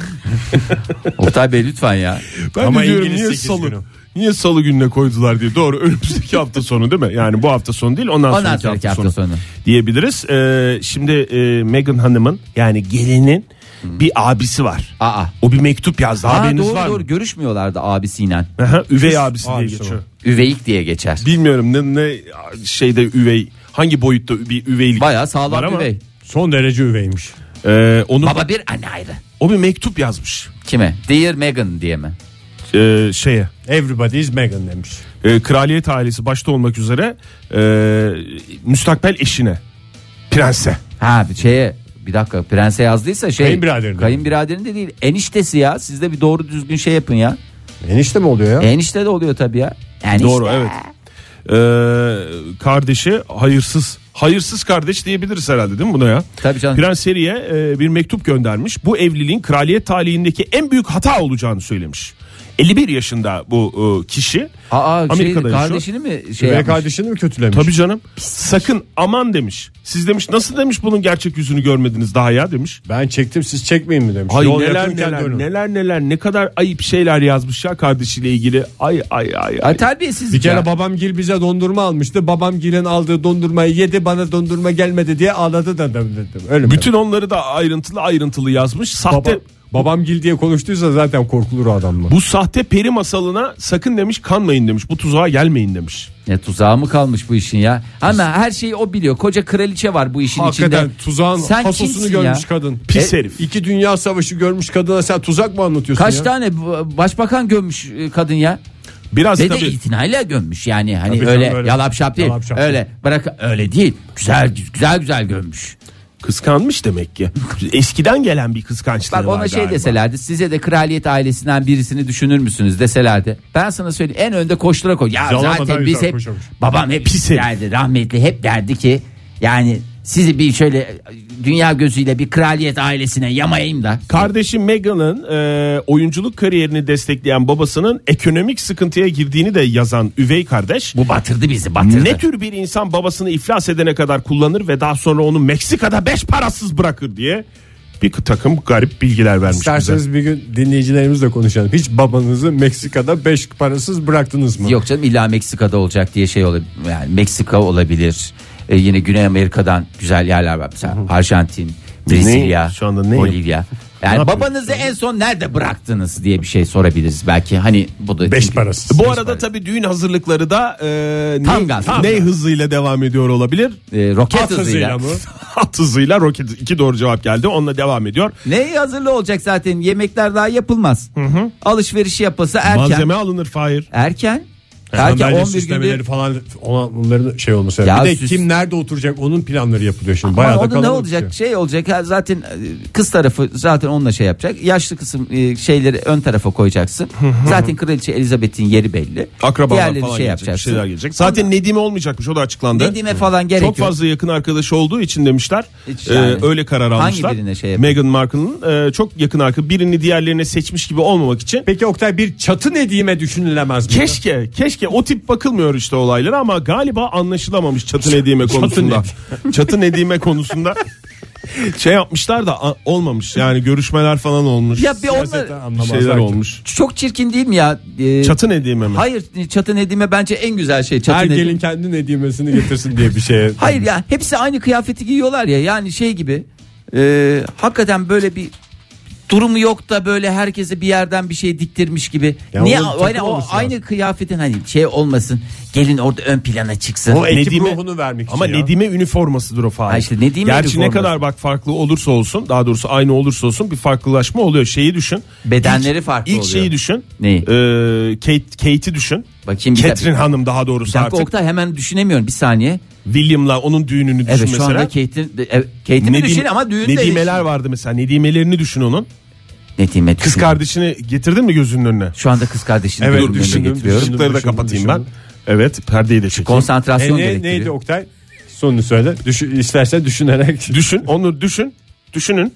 S4: Oktay Bey lütfen ya.
S5: Ben
S2: Ama
S5: de diyorum
S2: İngiliz
S5: niye
S2: sekiz
S5: salı
S2: günü.
S5: niye salı gününe koydular diye. Doğru önümüzdeki hafta sonu değil mi? Yani bu hafta sonu değil ondan,
S4: Ondan
S5: sonraki
S4: sonraki
S5: hafta,
S4: hafta
S5: sonu,
S4: sonu.
S5: diyebiliriz. Ee, şimdi e, Meghan Hanım'ın yani gelinin bir abisi var.
S4: Aa.
S5: O bir mektup yazdı.
S4: Aa,
S5: Haberiniz
S4: doğru
S5: var
S4: doğru
S5: mı?
S4: görüşmüyorlardı abisiyle.
S5: Aha, Üvey abisi diye
S2: abisi
S5: geçiyor.
S4: Üveyik diye geçer.
S5: Bilmiyorum ne, ne şeyde üvey hangi boyutta bir üveylik.
S4: Bayağı
S5: Var
S4: sağlam
S5: ama-
S4: üvey.
S2: Son derece üveymiş.
S5: Ee, onu
S4: Baba bir anne ayrı.
S5: o bir mektup yazmış
S4: Kime? Dear Megan diye mi?
S5: ee, şeye.
S2: Everybody is Megan demiş.
S5: Ee, kraliyet ailesi başta olmak üzere ee, müstakbel eşine prense.
S4: Ha bir şeye bir dakika prense yazdıysa şey.
S2: Kayınbiraderinde.
S4: Kayınbiraderinde değil. Eniştesi ya. Siz de bir doğru düzgün şey yapın ya.
S2: Enişte mi oluyor ya?
S4: Enişte de oluyor tabii ya. Enişte.
S5: Doğru evet. Ee, kardeşi hayırsız hayırsız kardeş diyebiliriz herhalde değil mi buna ya?
S4: Tabii canım.
S5: Prens Harry'e e, bir mektup göndermiş. Bu evliliğin kraliyet talihindeki en büyük hata olacağını söylemiş. 51 yaşında bu e, kişi
S4: Aa, şey,
S5: Amerika'da yaşıyor.
S4: kardeşini mi şey
S2: Üvey
S4: yapmış?
S2: kardeşini mi kötülemiş?
S5: Tabii canım. Sakın aman demiş. Siz demiş nasıl demiş bunun gerçek yüzünü görmediniz daha ya demiş.
S2: Ben çektim siz çekmeyin mi demiş.
S5: Ay
S2: Yol
S5: neler
S2: yakınken
S5: neler
S2: dönün.
S5: neler neler ne kadar ayıp şeyler yazmış ya kardeşiyle ilgili. Ay ay ay ay.
S4: Ay, terbiyesizlik
S2: Bir kere
S4: ya.
S2: babam Gil bize dondurma almıştı. Babam Gil'in aldığı dondurmayı yedi. Bana dondurma gelmedi diye ağladı da dedim. dedim. Öyle mi?
S5: Bütün onları da ayrıntılı ayrıntılı yazmış.
S2: Baba,
S5: Sahte
S2: babam Gil diye konuştuysa zaten korkulur adam mı?
S5: bu sahte peri masalına sakın demiş kanmayın demiş. Bu tuzağa gelmeyin demiş.
S4: Ne tuzağı mı kalmış bu işin ya? Ama her şeyi o biliyor. Koca kraliçe var bu işin
S2: Hakikaten
S4: içinde.
S2: tuzağın
S4: Sen
S2: hasosunu
S4: kimsin
S2: görmüş
S4: ya? E,
S2: kadın.
S5: Pis herif.
S2: İki dünya savaşı görmüş kadına sen tuzak mı anlatıyorsun
S4: Kaç
S2: ya?
S4: tane bu- başbakan gömmüş e, kadın ya?
S5: Biraz
S4: Ve de
S5: tabii
S4: itinayla gömmüş yani hani
S2: Tabii canım,
S4: öyle,
S2: öyle.
S4: yalap şap değil.
S2: Yalap şap.
S4: Öyle bırak öyle değil. Güzel güzel güzel gömmüş.
S5: kıskanmış demek ki. Eskiden gelen bir kıskançlığı
S4: Bak
S5: var
S4: ona şey
S5: galiba.
S4: deselerdi size de kraliyet ailesinden birisini düşünür müsünüz deselerdi. Ben sana söyleyeyim en önde koştura koy. Ya
S2: Yalamadan
S4: zaten biz
S2: güzel
S4: hep
S2: koşarmış.
S4: babam hep
S5: Pis herif.
S4: derdi rahmetli hep derdi ki yani sizi bir şöyle dünya gözüyle bir kraliyet ailesine yamayayım da.
S5: Kardeşi Meghan'ın e, oyunculuk kariyerini destekleyen babasının ekonomik sıkıntıya girdiğini de yazan üvey kardeş.
S4: Bu batırdı bizi batırdı.
S5: Ne tür bir insan babasını iflas edene kadar kullanır ve daha sonra onu Meksika'da beş parasız bırakır diye bir takım garip bilgiler vermiş bize.
S2: İsterseniz bir gün dinleyicilerimizle konuşalım. Hiç babanızı Meksika'da beş parasız bıraktınız mı?
S4: Yok canım illa Meksika'da olacak diye şey olabilir. Yani Meksika olabilir. E, yine Güney Amerika'dan güzel yerler var. Mesela Arjantin, Brezilya,
S5: Ne? Şu anda ne?
S4: Bolivya. Yani babanızı en son nerede bıraktınız diye bir şey sorabiliriz belki. Hani bu da
S2: Beş
S4: çünkü-
S2: parasız.
S5: Bu arada tabii düğün hazırlıkları da e,
S4: Tam
S5: ne,
S4: gaz. Tam
S5: ne
S4: gaz.
S5: hızıyla devam ediyor olabilir?
S4: E, roket
S2: At
S4: hızıyla.
S2: hızıyla mı?
S5: At hızıyla roket iki doğru cevap geldi. Onunla devam ediyor.
S4: Ne hazırlı olacak zaten yemekler daha yapılmaz. Alışverişi yapılsa erken.
S5: Malzeme alınır Fahir.
S4: Erken. Erken
S2: Sandalye
S4: 11
S2: süslemeleri
S4: günde.
S2: falan ona- onların şey olması. lazım.
S4: Ya
S2: bir de
S4: süs-
S2: kim nerede oturacak onun planları yapılıyor şimdi.
S4: Ama
S2: Bayağı da
S4: o da ne
S2: kalabalık
S4: olacak
S2: diyor.
S4: şey olacak Ha, zaten e, kız tarafı zaten onunla şey yapacak yaşlı kısım e, şeyleri ön tarafa koyacaksın zaten kraliçe Elizabeth'in yeri belli
S5: Akrabalar
S4: Diğerleri
S5: falan
S4: şey
S5: gelecek, bir
S4: yapacaksın
S5: şeyler gelecek. Zaten Nedim'e olmayacakmış o da açıklandı.
S4: Nedim'e falan gerek
S5: Çok
S4: yok.
S5: fazla yakın arkadaşı olduğu için demişler.
S4: Hiç
S5: Ee,
S4: yani.
S5: öyle karar
S4: Hangi
S5: almışlar.
S4: birine şey yapayım?
S5: Meghan Markle'ın e, çok yakın arkadaşı birini diğerlerine seçmiş gibi olmamak için.
S2: Peki Oktay bir çatı nedime düşünülemez mi?
S5: Keşke keşke o tip bakılmıyor işte olaylara ama galiba anlaşılamamış çatı nedime konusunda. Çatı nedime konusunda şey yapmışlar da a- olmamış. Yani görüşmeler falan olmuş.
S4: Ya bir onlar-
S5: Siyaseten
S2: Anlamazlar
S5: şeyler
S2: ki.
S5: olmuş.
S4: Çok çirkin değil mi ya? Ee,
S5: Çatı ne diyeyim hemen?
S4: Hayır çatı nedime bence en güzel şey çatı
S2: Her
S4: nedimi.
S2: gelin kendi nedimesini getirsin diye bir şeye.
S4: Hayır ya hepsi aynı kıyafeti giyiyorlar ya yani şey gibi e, hakikaten böyle bir durumu yok da böyle herkese bir yerden bir şey diktirmiş gibi.
S2: Ya
S4: Niye
S2: onun takım
S4: aynı, o,
S2: olması
S4: aynı kıyafetin hani şey olmasın gelin orada ön plana çıksın.
S2: O ekip
S5: Nedim'e-
S2: ruhunu vermek için
S5: Ama
S2: ya.
S5: Nedim'e üniformasıdır o Fahir.
S4: Ha işte Nedim'e
S5: Gerçi ne
S4: üniforması.
S5: kadar bak farklı olursa olsun daha doğrusu aynı olursa olsun bir farklılaşma oluyor. Şeyi düşün.
S4: Bedenleri
S5: İlk-
S4: farklı
S5: ilk
S4: oluyor.
S5: şeyi düşün.
S4: Neyi?
S5: Ee, Kate, Kate'i düşün.
S4: Bakayım bir
S5: Catherine
S4: dakika.
S5: Hanım daha
S4: Bir
S5: doğrusu
S4: dakika
S5: artık.
S4: Oktay hemen düşünemiyorum bir saniye.
S5: William'la onun düğününü düşün
S4: Evet şu
S5: mesela.
S4: anda Kate'in e, Kate'i mi
S5: Nedim-
S4: düşün ama düğünde
S5: Nedimeler vardı mesela. Nedimelerini düşün onun.
S4: Nedime
S5: Kız
S4: düşün.
S5: kardeşini getirdin mi gözünün önüne?
S4: Şu anda kız kardeşini
S5: Evet
S4: evet,
S5: düşündüm.
S4: getiriyorum.
S5: Işıkları da
S2: Düşündüm,
S5: kapatayım ben.
S2: düşündüm.
S5: Evet perdeyi de çekeyim.
S4: Konsantrasyon
S2: E, ne,
S4: gerektiriyor.
S2: neydi Oktay? Sonunu söyle. Düşün, istersen düşünerek.
S5: Düşün onu düşün. Düşünün.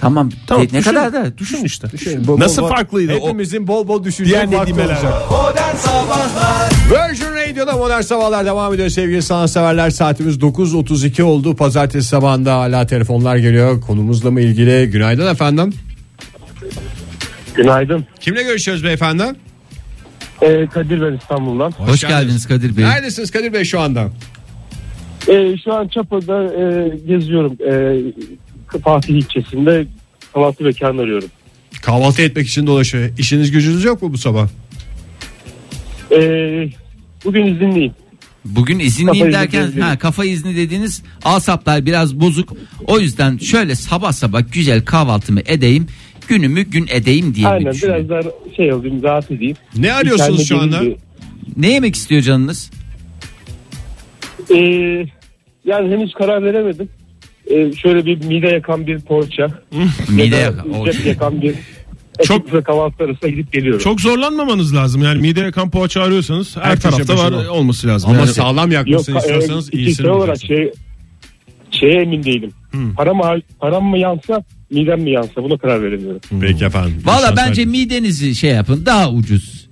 S4: Tamam.
S5: Tamam,
S4: e, ne
S5: düşün,
S4: kadar da
S5: Düşün işte.
S2: Düşün, Şey, bol bol
S5: Nasıl
S2: bak-
S5: farklıydı o-
S2: Hepimizin bol bol düşünce
S5: Diğer
S2: farklı
S5: nedimeler.
S2: olacak. Virgin Radio'da Modern Sabahlar devam ediyor sevgili sanatseverler. Saatimiz 9.32 oldu. Pazartesi sabahında hala telefonlar geliyor. Konumuzla mı ilgili? Günaydın efendim.
S8: Günaydın.
S2: Kimle görüşüyoruz beyefendi?
S8: Ee, Kadir ben İstanbul'dan.
S4: Hoş, geldiniz Kadir Bey.
S2: Neredesiniz Kadir Bey şu anda?
S8: Ee, şu an Çapa'da e, geziyorum. Ee, Fatih ilçesinde kahvaltı mekanı arıyorum.
S2: Kahvaltı etmek için dolaşıyor. İşiniz gücünüz yok mu bu sabah?
S8: Ee, bugün izinliyim.
S4: Bugün
S8: Kafa
S4: izinliyim
S8: izni
S4: derken
S8: diyebilirim.
S4: ha, kafa izni dediğiniz asaplar biraz bozuk. O yüzden şöyle sabah sabah güzel kahvaltımı edeyim. Günümü gün edeyim diye mi
S8: Aynen
S4: düşünüyorum?
S8: biraz daha şey olayım rahat edeyim.
S2: Ne arıyorsunuz şu anda?
S4: Ne yemek istiyor canınız?
S8: Ee, yani henüz karar veremedim. Ee, şöyle bir mide yakan bir poğaça.
S4: Mide
S8: Ya da
S4: yakan. O
S8: Cep
S4: şey.
S8: yakan bir
S5: Çok-
S8: Çok kahvaltı arasında gidip geliyorum.
S5: Çok zorlanmamanız lazım. Yani mideye kan poğaça arıyorsanız her,
S2: Her köşe
S5: tarafta var
S2: başı var.
S5: olması lazım.
S2: Ama
S5: Yani-
S2: sağlam yakmasını
S8: e,
S2: istiyorsanız
S8: iki-
S2: iyisini
S8: şey olarak
S2: bulacaksınız.
S8: şey şeye emin değilim.
S5: Hmm.
S8: Param Para mı param mı yansa, midem mi yansa buna karar veremiyorum.
S2: Peki efendim.
S4: Valla
S2: İnsan-
S4: bence midenizi şey yapın daha ucuz.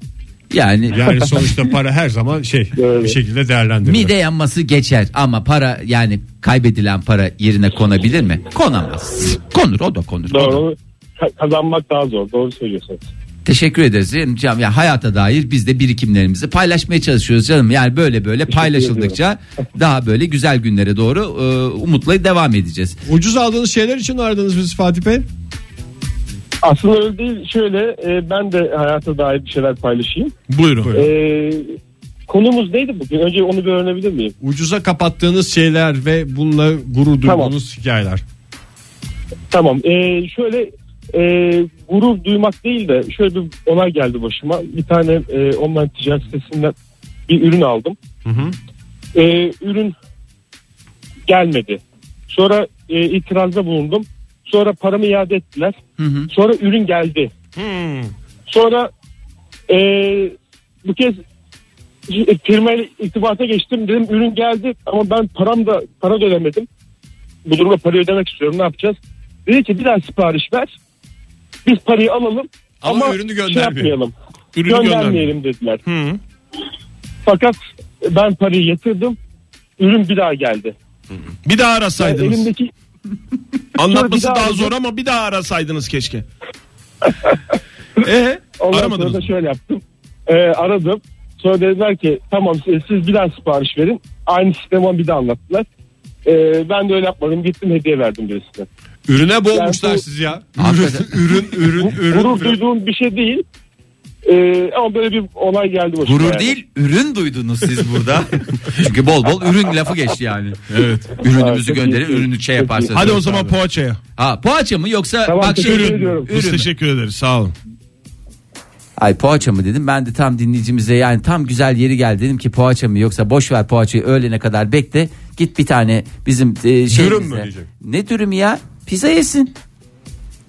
S4: Yani
S2: yani sonuçta para her zaman şey
S8: Öyle.
S2: bir şekilde değerlendiriliyor.
S4: mide yanması geçer ama para yani kaybedilen para yerine konabilir mi? Konamaz. Konur o da
S2: Hmm.
S4: konur. o da
S8: Doğru. Ka- Kazanmak daha zor. Doğru söylüyorsunuz.
S4: Teşekkür ederiz canım. Ya hayata dair biz de birikimlerimizi paylaşmaya çalışıyoruz canım. Yani böyle böyle paylaşıldıkça daha böyle güzel günlere doğru e, umutla devam edeceğiz.
S2: Ucuz aldığınız şeyler için aradınız biz Fatih Bey.
S8: Aslında öyle değil. Şöyle e, ben de hayata dair bir şeyler paylaşayım.
S5: Buyurun.
S8: E, konumuz neydi bugün? Önce onu bir öğrenebilir miyim?
S2: Ucuza kapattığınız şeyler ve bununla gurur
S8: Tamam.
S2: duyduğunuz hikayeler.
S8: Tamam. E, şöyle e, gurur duymak değil de şöyle bir olay geldi başıma. Bir tane e, online ticaret sitesinden bir ürün aldım. E, ürün gelmedi. Sonra e, itirazda bulundum. Sonra paramı iade ettiler.
S4: Hı hı.
S8: Sonra ürün geldi. Sonra e, bu kez firma irtibata geçtim dedim ürün geldi ama ben param da para da ödemedim. Bu durumda parayı ödemek istiyorum ne yapacağız? Dedi ki bir daha sipariş ver. Biz parayı alalım
S2: Ama
S8: ama,
S2: ürünü
S8: şey
S2: göndermeyelim.
S8: yapmayalım.
S5: Ürünü
S8: göndermeyelim dediler. Fakat ben parayı yatırdım. Ürün bir daha geldi.
S5: Bir daha
S8: Yani
S5: arasaydınız.
S8: elimdeki
S5: Anlatması
S8: Sonra
S5: daha,
S8: bir daha
S5: zor ama bir daha arasaydınız keşke. Ee,
S8: Ondan
S5: aramadınız
S8: sonra
S5: mı?
S8: da şöyle yaptım. Ee, aradım. Sonra dediler ki tamam siz, siz bir daha sipariş verin. Aynı sistemi bana bir daha anlattılar. Ee, ben de öyle yapmadım. Gittim hediye verdim birisine.
S2: Ürüne boğmuşlar
S8: Yani bu-
S2: sizi ya.
S4: Hakikaten.
S2: ürün, ürün, ürün.
S8: Gurur duyduğum bir şey değil. Ee, ama böyle bir olay geldi başıma.
S4: Gurur
S8: yani.
S4: değil ürün duydunuz siz burada. Çünkü bol bol ürün lafı geçti yani. Evet. Ürünümüzü
S8: Evet,
S4: gönderin
S8: çok iyi.
S4: ürünü şey
S8: Çok
S4: yaparsanız.
S5: Hadi o zaman poğaçaya.
S4: Ha poğaça mı yoksa
S8: Tamam,
S4: bak şey
S8: teşekkür
S4: ürün.
S8: ediyorum.
S5: Biz
S4: ürün mü?
S5: teşekkür ederiz. Sağ olun.
S4: Ay poğaça mı dedim ben de tam dinleyicimize yani tam güzel yeri geldi dedim ki poğaça mı yoksa boş ver poğaçayı öğlene kadar bekle git bir tane bizim e, şeyimize.
S2: mü diyecek?
S4: Ne dürüm ya pizza yesin.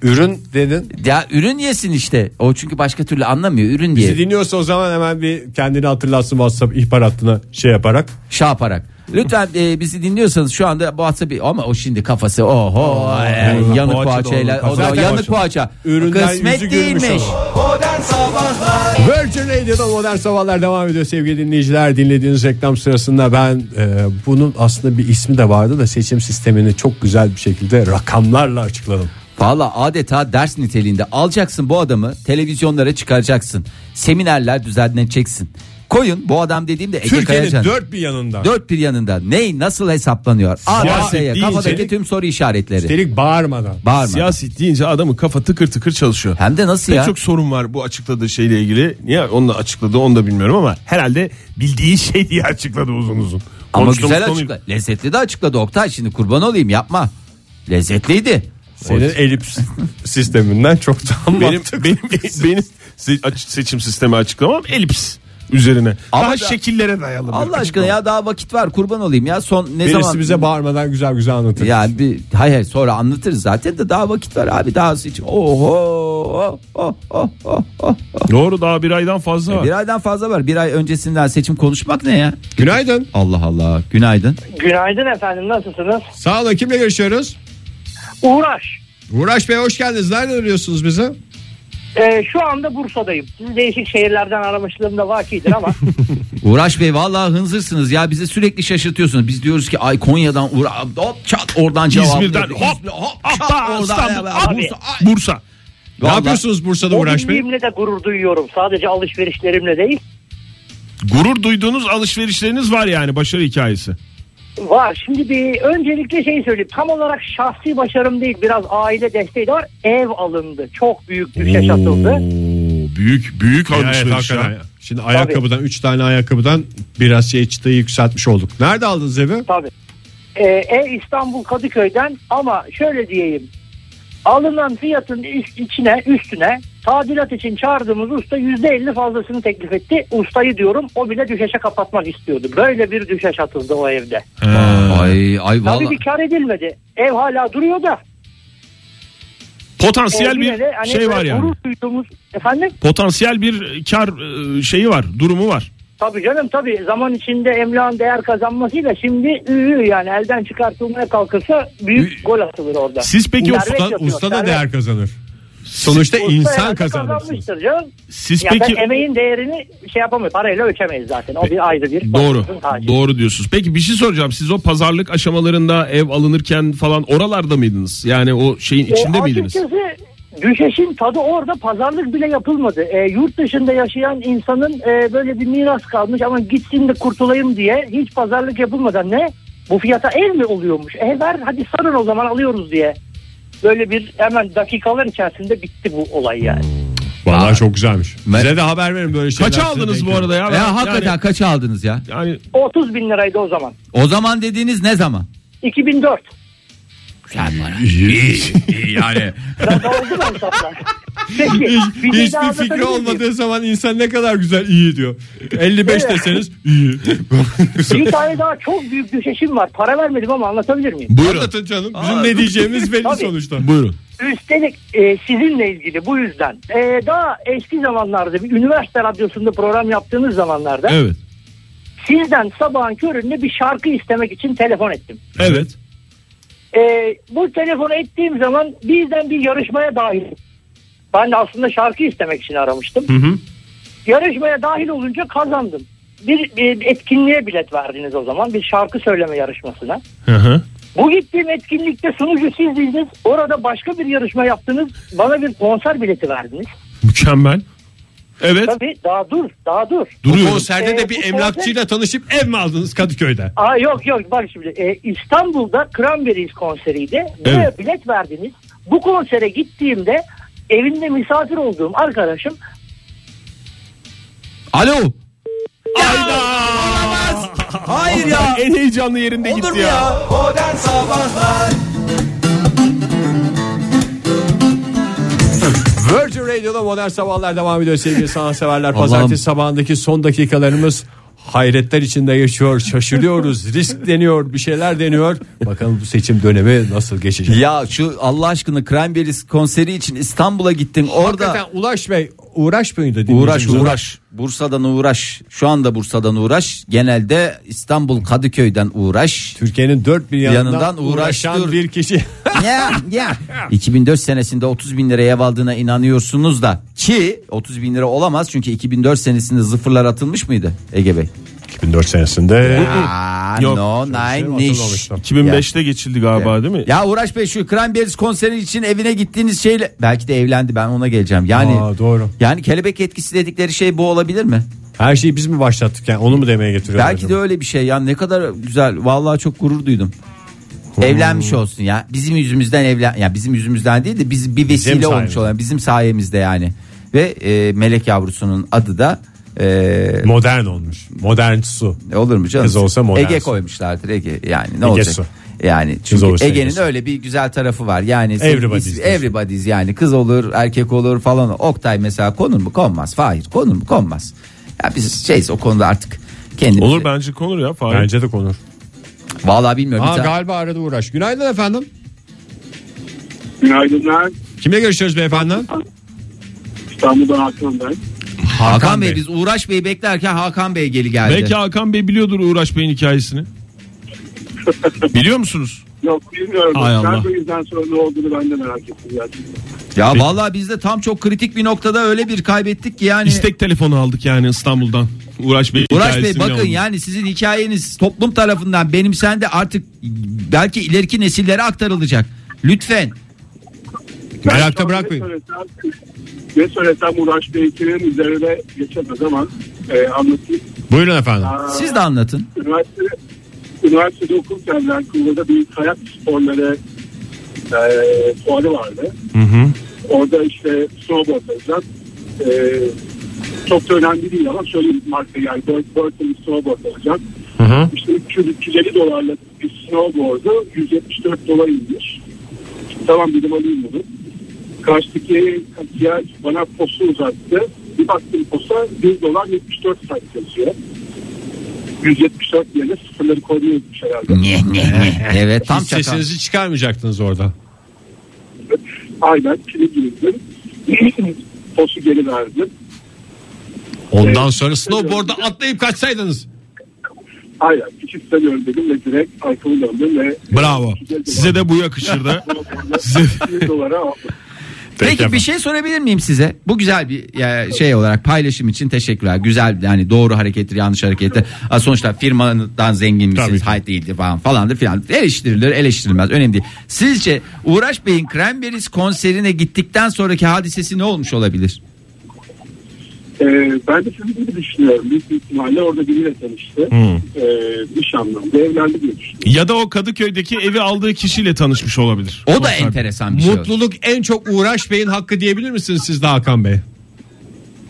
S2: Ürün dedin.
S4: Ya ürün yesin işte. O çünkü başka türlü anlamıyor. Ürün diye.
S2: Bizi dinliyorsa o zaman hemen bir kendini hatırlatsın WhatsApp ihbar hattına şey yaparak.
S4: şey yaparak. Lütfen e, bizi dinliyorsanız şu anda WhatsApp'ı ama o şimdi kafası oho e, yanık
S5: poğaça da
S4: poğaçayla
S5: olur.
S4: o da
S2: Zaten
S4: yanık poğaça.
S2: Üründen yüzü
S4: Kısmet
S2: gülmüş
S4: değilmiş.
S2: Virgin Radio'da Modern Sabahlar devam ediyor sevgili dinleyiciler. Dinlediğiniz reklam sırasında ben e, bunun aslında bir ismi de vardı da seçim sistemini çok güzel bir şekilde rakamlarla açıkladım.
S4: Valla adeta ders niteliğinde alacaksın bu adamı televizyonlara çıkaracaksın. Seminerler düzenleneceksin. Koyun bu adam dediğimde Ege
S2: Türkiye'nin
S4: Kayacan. Dört,
S2: dört bir yanında.
S4: bir yanında ney nasıl hesaplanıyor?
S5: Siyaset
S4: ABS'ye
S5: deyince-
S4: kafadaki tüm soru işaretleri.
S2: Üstelik bağırmadan.
S4: Bağırma.
S5: Siyaset deyince adamın kafa tıkır tıkır çalışıyor.
S4: Hem de nasıl
S5: Pek
S4: ya?
S5: çok sorun var bu açıkladığı şeyle ilgili. Niye onu da açıkladı onu da bilmiyorum ama herhalde bildiği şey diye açıkladı uzun uzun.
S4: Ama
S5: Konuştuğumuz
S4: güzel
S5: konuyu-
S4: açıkla. Lezzetli de açıkladı Oktay şimdi kurban olayım yapma. Lezzetliydi.
S2: Senin elips sisteminden çok daha
S5: Benim,
S2: mantıklı.
S5: benim, benim se- aç- seçim sistemi açıklamam elips üzerine.
S4: Ama
S5: Daha
S4: da-
S5: şekillere dayalı. bir
S4: Allah aşkına
S5: açıklama.
S4: ya daha vakit var kurban olayım ya son ne
S2: Birisi
S4: zaman
S2: bize bağırmadan güzel güzel anlatır.
S4: yani bir hayır hayır sonra anlatırız zaten de daha vakit var abi daha hiç oho oh, oh, oh, oh, oh. E,
S5: Doğru daha bir aydan fazla var.
S4: bir aydan fazla var bir ay öncesinden seçim konuşmak ne ya
S2: Günaydın.
S4: Allah Allah günaydın
S9: Günaydın efendim nasılsınız?
S2: Sağ olun. Kimle görüşüyoruz?
S9: Uğraş.
S2: Uğraş Bey hoş geldiniz. Nereden arıyorsunuz bize?
S9: Ee, şu anda Bursa'dayım. Sizi değişik şehirlerden aramışlığım da vakidir ama
S4: Uğraş Bey vallahi hınzırsınız ya bizi sürekli şaşırtıyorsunuz biz diyoruz ki ay Konya'dan Uğra hop çat oradan cevap
S5: İzmir'den hop hop Ahba, İstanbul, ah, Bursa, ah, Bursa.
S2: Ne yapıyorsunuz Bursa'da
S9: o
S2: Uğraş Bey?
S9: bildiğimle de gurur duyuyorum. Sadece alışverişlerimle değil.
S5: Gurur duyduğunuz alışverişleriniz var yani başarı hikayesi.
S9: Var. Şimdi bir öncelikle şey söyleyeyim. Tam olarak şahsi başarım değil. Biraz aile desteği de var. Ev alındı. Çok büyük düşeş atıldı.
S5: büyük büyük alışveriş
S2: hakikaten
S5: ya.
S2: ya. Şimdi ayakkabıdan 3 tane ayakkabıdan biraz şey çıtayı yükseltmiş olduk. Nerede aldınız evi?
S9: Tabii. Ee, ev İstanbul Kadıköy'den ama şöyle diyeyim. Alınan fiyatın iç- içine üstüne tadilat için çağırdığımız usta %50 fazlasını teklif etti. Ustayı diyorum o bile düşeşe kapatmak istiyordu. Böyle bir düşeş atıldı o evde.
S4: ay ay
S9: Tabii
S4: vallahi
S9: bir kar edilmedi. Ev hala duruyor da. e,
S5: Potansiyel
S9: yine
S5: bir
S9: de hani
S5: şey
S9: böyle
S5: var yani.
S9: Gurur duyduğumuz efendim.
S5: Potansiyel bir kar e, şeyi var, durumu var.
S9: Tabii canım tabii zaman içinde emlakın değer kazanmasıyla şimdi üüü yani elden çıkartılmaya kalkılsa büyük gol atılır orada.
S5: Siz peki o
S9: Servet
S2: Usta,
S9: yapıyor,
S2: usta da
S9: servet.
S2: değer kazanır. Sonuçta
S9: Usta
S2: insan
S9: herhalde
S2: kazanırsınız.
S9: kazanmıştır canım.
S5: siz
S9: Ya
S5: peki
S9: ben emeğin değerini şey yapamayız. Parayla ölçemeyiz zaten. O bir ayrı bir.
S5: Doğru.
S9: bakımın tacı.
S5: Doğru diyorsunuz. Peki bir şey soracağım. Siz o pazarlık aşamalarında ev alınırken falan oralarda mıydınız? Yani o şeyin
S9: E,
S5: içinde miydiniz?
S9: Açıkçası düşeşin tadı orada pazarlık bile yapılmadı. E, yurt dışında yaşayan insanın e, böyle bir miras kalmış ama gitsin de kurtulayım diye hiç pazarlık yapılmadan ne? Bu fiyata ev mi oluyormuş? E ver hadi sarın o zaman alıyoruz diye. Böyle bir hemen dakikalar içerisinde bitti bu olay yani.
S2: Vallahi çok güzelmiş.
S4: Ben-
S2: Bize de haber verin böyle şeyler.
S5: Kaça
S2: size
S5: aldınız
S2: denk
S5: bu arada ya? Ben-
S4: ya hakikaten kaça aldınız ya
S5: Yani, yani
S9: 30 bin liraydı o zaman.
S4: o zaman dediğiniz ne zaman
S9: 2004.
S4: yani
S9: Ya Doldu mu hesaplar? Peki.
S2: Hiç-
S9: bir şey daha
S2: hiçbir
S9: anlatabilir
S2: fikri
S9: miyim?
S2: olmadığı zaman insan ne kadar güzel iyi diyor. 55
S9: Evet.
S2: deseniz iyi.
S9: Bir tane daha çok büyük düşeşim var. Para vermedim ama anlatabilir miyim?
S2: Anlatın canım. Bizim ne diyeceğimiz belli
S9: Tabii.
S2: sonuçta.
S5: buyurun.
S9: Üstelik e, sizinle ilgili bu yüzden e, daha eski zamanlarda bir üniversite radyosunda program yaptığınız zamanlarda
S5: Evet.
S9: sizden sabahın köründe bir şarkı istemek için telefon ettim.
S5: Evet.
S9: E, bu telefonu ettiğim zaman birden bir yarışmaya dahil. Ben de aslında şarkı istemek için aramıştım. Yarışmaya dahil olunca kazandım. Bir, bir etkinliğe bilet verdiniz o zaman bir şarkı söyleme yarışmasına.
S5: Hı hı.
S9: Bu gittiğim etkinlikte sunucu sizdiniz. Orada başka bir yarışma yaptınız. Bana bir konser bileti verdiniz.
S5: Mükemmel. Evet.
S9: Tabii daha dur, daha dur.
S2: Bu
S5: Duruyorum.
S2: konserde de
S9: Ee,
S2: bir
S9: bu
S2: emlakçıyla tanışıp ev mi aldınız Kadıköy'de?
S9: Aa yok yok bak şimdi e, İstanbul'da Cranberries konseriydi. Buraya
S5: Evet.
S9: bilet verdiniz. Bu konsere gittiğimde evinde misafir olduğum arkadaşım
S4: alo
S5: Hayır ya. En heyecanlı yerinde gitti ya.
S2: Virgin Radio'da modern sabahlar devam ediyor sevgili sanatseverler. Pazartesi sabahındaki son dakikalarımız hayretler içinde yaşıyor, şaşırıyoruz, risk deniyor, bir şeyler deniyor. Bakalım bu seçim dönemi nasıl geçecek?
S4: Ya şu Allah aşkına Cranberries konseri için İstanbul'a gittin orada.
S2: Hakikaten Ulaş Bey uğraş mıydı?
S4: Uğraş
S2: dinleyicimiz?
S4: uğraş. Bursa'dan uğraş. Şu anda Bursa'dan uğraş. Genelde İstanbul Kadıköy'den uğraş.
S2: Türkiye'nin dört bir yanından,
S4: Yanından uğraştır.
S2: uğraşan bir kişi.
S4: ya ya. 2004 senesinde 30 bin liraya ev aldığına inanıyorsunuz da ki 30 bin lira olamaz çünkü 2004 senesinde zıfırlar atılmış mıydı Ege Bey?
S2: 2004 senesinde
S4: Aa,
S5: Yok.
S4: no
S2: şey
S4: nine niş.
S5: 2005'te geçildi galiba değil mi?
S4: Ya Uğraş Bey şu Cranberries konseri için evine gittiğiniz şeyle belki de evlendi ben ona geleceğim. Yani
S2: Aa, doğru.
S4: yani kelebek etkisi dedikleri şey bu olabilir mi?
S2: Her şeyi biz mi başlattık yani onu mu demeye getiriyoruz?
S4: Belki de
S2: acaba?
S4: öyle bir şey ya ne kadar güzel vallahi çok gurur duydum. Evlenmiş olsun ya. Bizim yüzümüzden evlen ya bizim yüzümüzden değil de biz bir vesile olmuş
S2: sayemizde.
S4: olan bizim sayemizde yani. Ve e, melek yavrusunun adı da e,
S2: modern olmuş. Modern su.
S4: olur mu canım?
S2: Kız olsa modern.
S4: Ege koymuşlardır Ege yani ne
S2: Ege
S4: olacak?
S2: su.
S4: Yani
S2: Kız
S4: çünkü
S2: olursa
S4: Ege'nin
S2: Ege su.
S4: öyle bir güzel tarafı var. Yani
S2: Everybody's
S4: is-
S2: diyorsun.
S4: everybody's yani kız olur, erkek olur falan. Oktay mesela konur mu? Konmaz. Hayır, konur mu? Konmaz. Ya biz şeyiz o konuda artık kendimizi.
S5: Olur bence konur ya. Fahir.
S2: Bence de konur.
S4: Vallahi bilmiyorum.
S2: Aa,
S4: şey- Bir tane-
S2: galiba arada uğraş. Günaydın efendim.
S10: Günaydınlar.
S2: Kimle görüşüyoruz beyefendi?
S10: İstanbul'dan Hakan ben.
S4: Hakan, Bey. biz Uğraş Bey beklerken Hakan Bey geri geldi.
S5: Belki Hakan Bey biliyordur Uğraş Bey'in hikayesini. Biliyor musunuz?
S10: Yok bilmiyorum.
S5: Hay Allah.
S10: Ben bu yüzden sonra ne olduğunu ben de merak ettim gerçekten.
S4: Ya vallahi biz de tam çok kritik bir noktada öyle bir kaybettik ki yani.
S5: İstek telefonu aldık yani İstanbul'dan. Uğraş Bey
S4: Uğraş Bey
S5: hikayesini
S4: bakın
S5: aldık.
S4: yani sizin hikayeniz toplum tarafından benimsendi artık belki ileriki nesillere aktarılacak. Lütfen.
S2: Merakta
S10: Ben
S2: bırakmayın.
S10: Ne söylesem, ne söylesem Uğraş Bey'in üzerine geçemez ama e, anlatayım.
S2: Buyurun efendim.
S4: Siz de anlatın.
S10: Üniversite, üniversitede okurken Vancouver'da bir kayak sporları e, fuarı vardı. Orada işte snowboard alacağız. E, çok da önemli değil ama şöyle bir marka yani Bur- Burton snowboard alacağım. İşte 300 350 dolarlık bir snowboard'u 174 dolar inmiş. Tamam dedim alayım bunu. Karşıdaki kasiyer bana postu uzattı. Bir baktım posta 1 dolar 74 sent yazıyor. 174 yerine sıfırları koymayı unutmuş herhalde.
S4: evet tam
S2: Hiç
S4: çakal.
S2: sesinizi çıkarmayacaktınız orada.
S10: Aynen pili girdim. Posu geri verdim.
S2: Ondan
S10: Evet.
S2: sonra snowboard'a atlayıp kaçsaydınız.
S10: Aynen hiç istemiyorum dedim ve direkt arkamı döndüm ve
S5: Bravo. Size de bu yakışırdı. Size-
S10: 1 dolara
S4: Peki,
S5: Peki
S4: bir şey sorabilir miyim size? Bu güzel bir ya, şey olarak paylaşım için teşekkürler. Güzel yani doğru harekettir yanlış harekettir. Ha, Sonuçta firmadan zengin
S2: Tabii
S4: misiniz?
S2: ki.
S4: Hayır değildi falan falandır filan. Eleştirilir eleştirilmez önemli değil. Sizce Uğraş Bey'in Cranberries konserine gittikten sonraki hadisesi ne olmuş olabilir?
S10: Ee, ben de sizin gibi düşünüyorum. Büyük bir ihtimalle orada biriyle tanıştı. Ee, nişanlandı, evlendi diye düşünüyorum.
S5: ya da o Kadıköy'deki evi aldığı kişiyle tanışmış olabilir.
S4: O da enteresan bir şey. oldu.
S2: Mutluluk en çok Uğraş Bey'in hakkı diyebilir misiniz siz de Hakan Bey?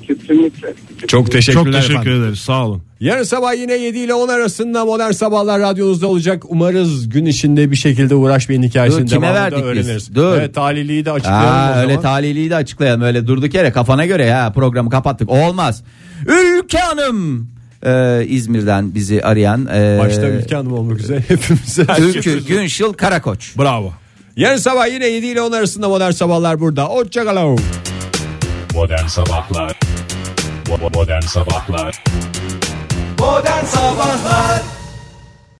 S10: Kesinlikle.
S2: Çok teşekkürler
S5: Çok teşekkür
S2: efendim.
S5: ederiz. Sağ olun.
S2: Yarın sabah yine 7 ile 10 arasında Modern Sabahlar radyonuzda olacak. Umarız gün içinde bir şekilde Uğraş Bey'in hikayesini
S4: Dur, kime
S2: devamında
S4: verdik biz?
S2: öğreniriz.
S4: Dur.
S2: Evet talihliyi de açıklayalım o
S4: Aa,
S2: zaman.
S4: öyle talihliyi de açıklayalım. Öyle durduk yere kafana göre ya programı kapattık. Olmaz. Ülke Hanım ee, İzmir'den bizi arayan ee,
S2: Başta Ülke Hanım olmak üzere hepimize. şey
S4: Ülkü Günşil Karakoç.
S2: Bravo. Yarın sabah yine 7 ile 10 arasında Modern Sabahlar burada. Hoşçakalın.
S7: Modern Sabahlar Bo- bo- Modern Sabahlar
S4: Modern Sabahlar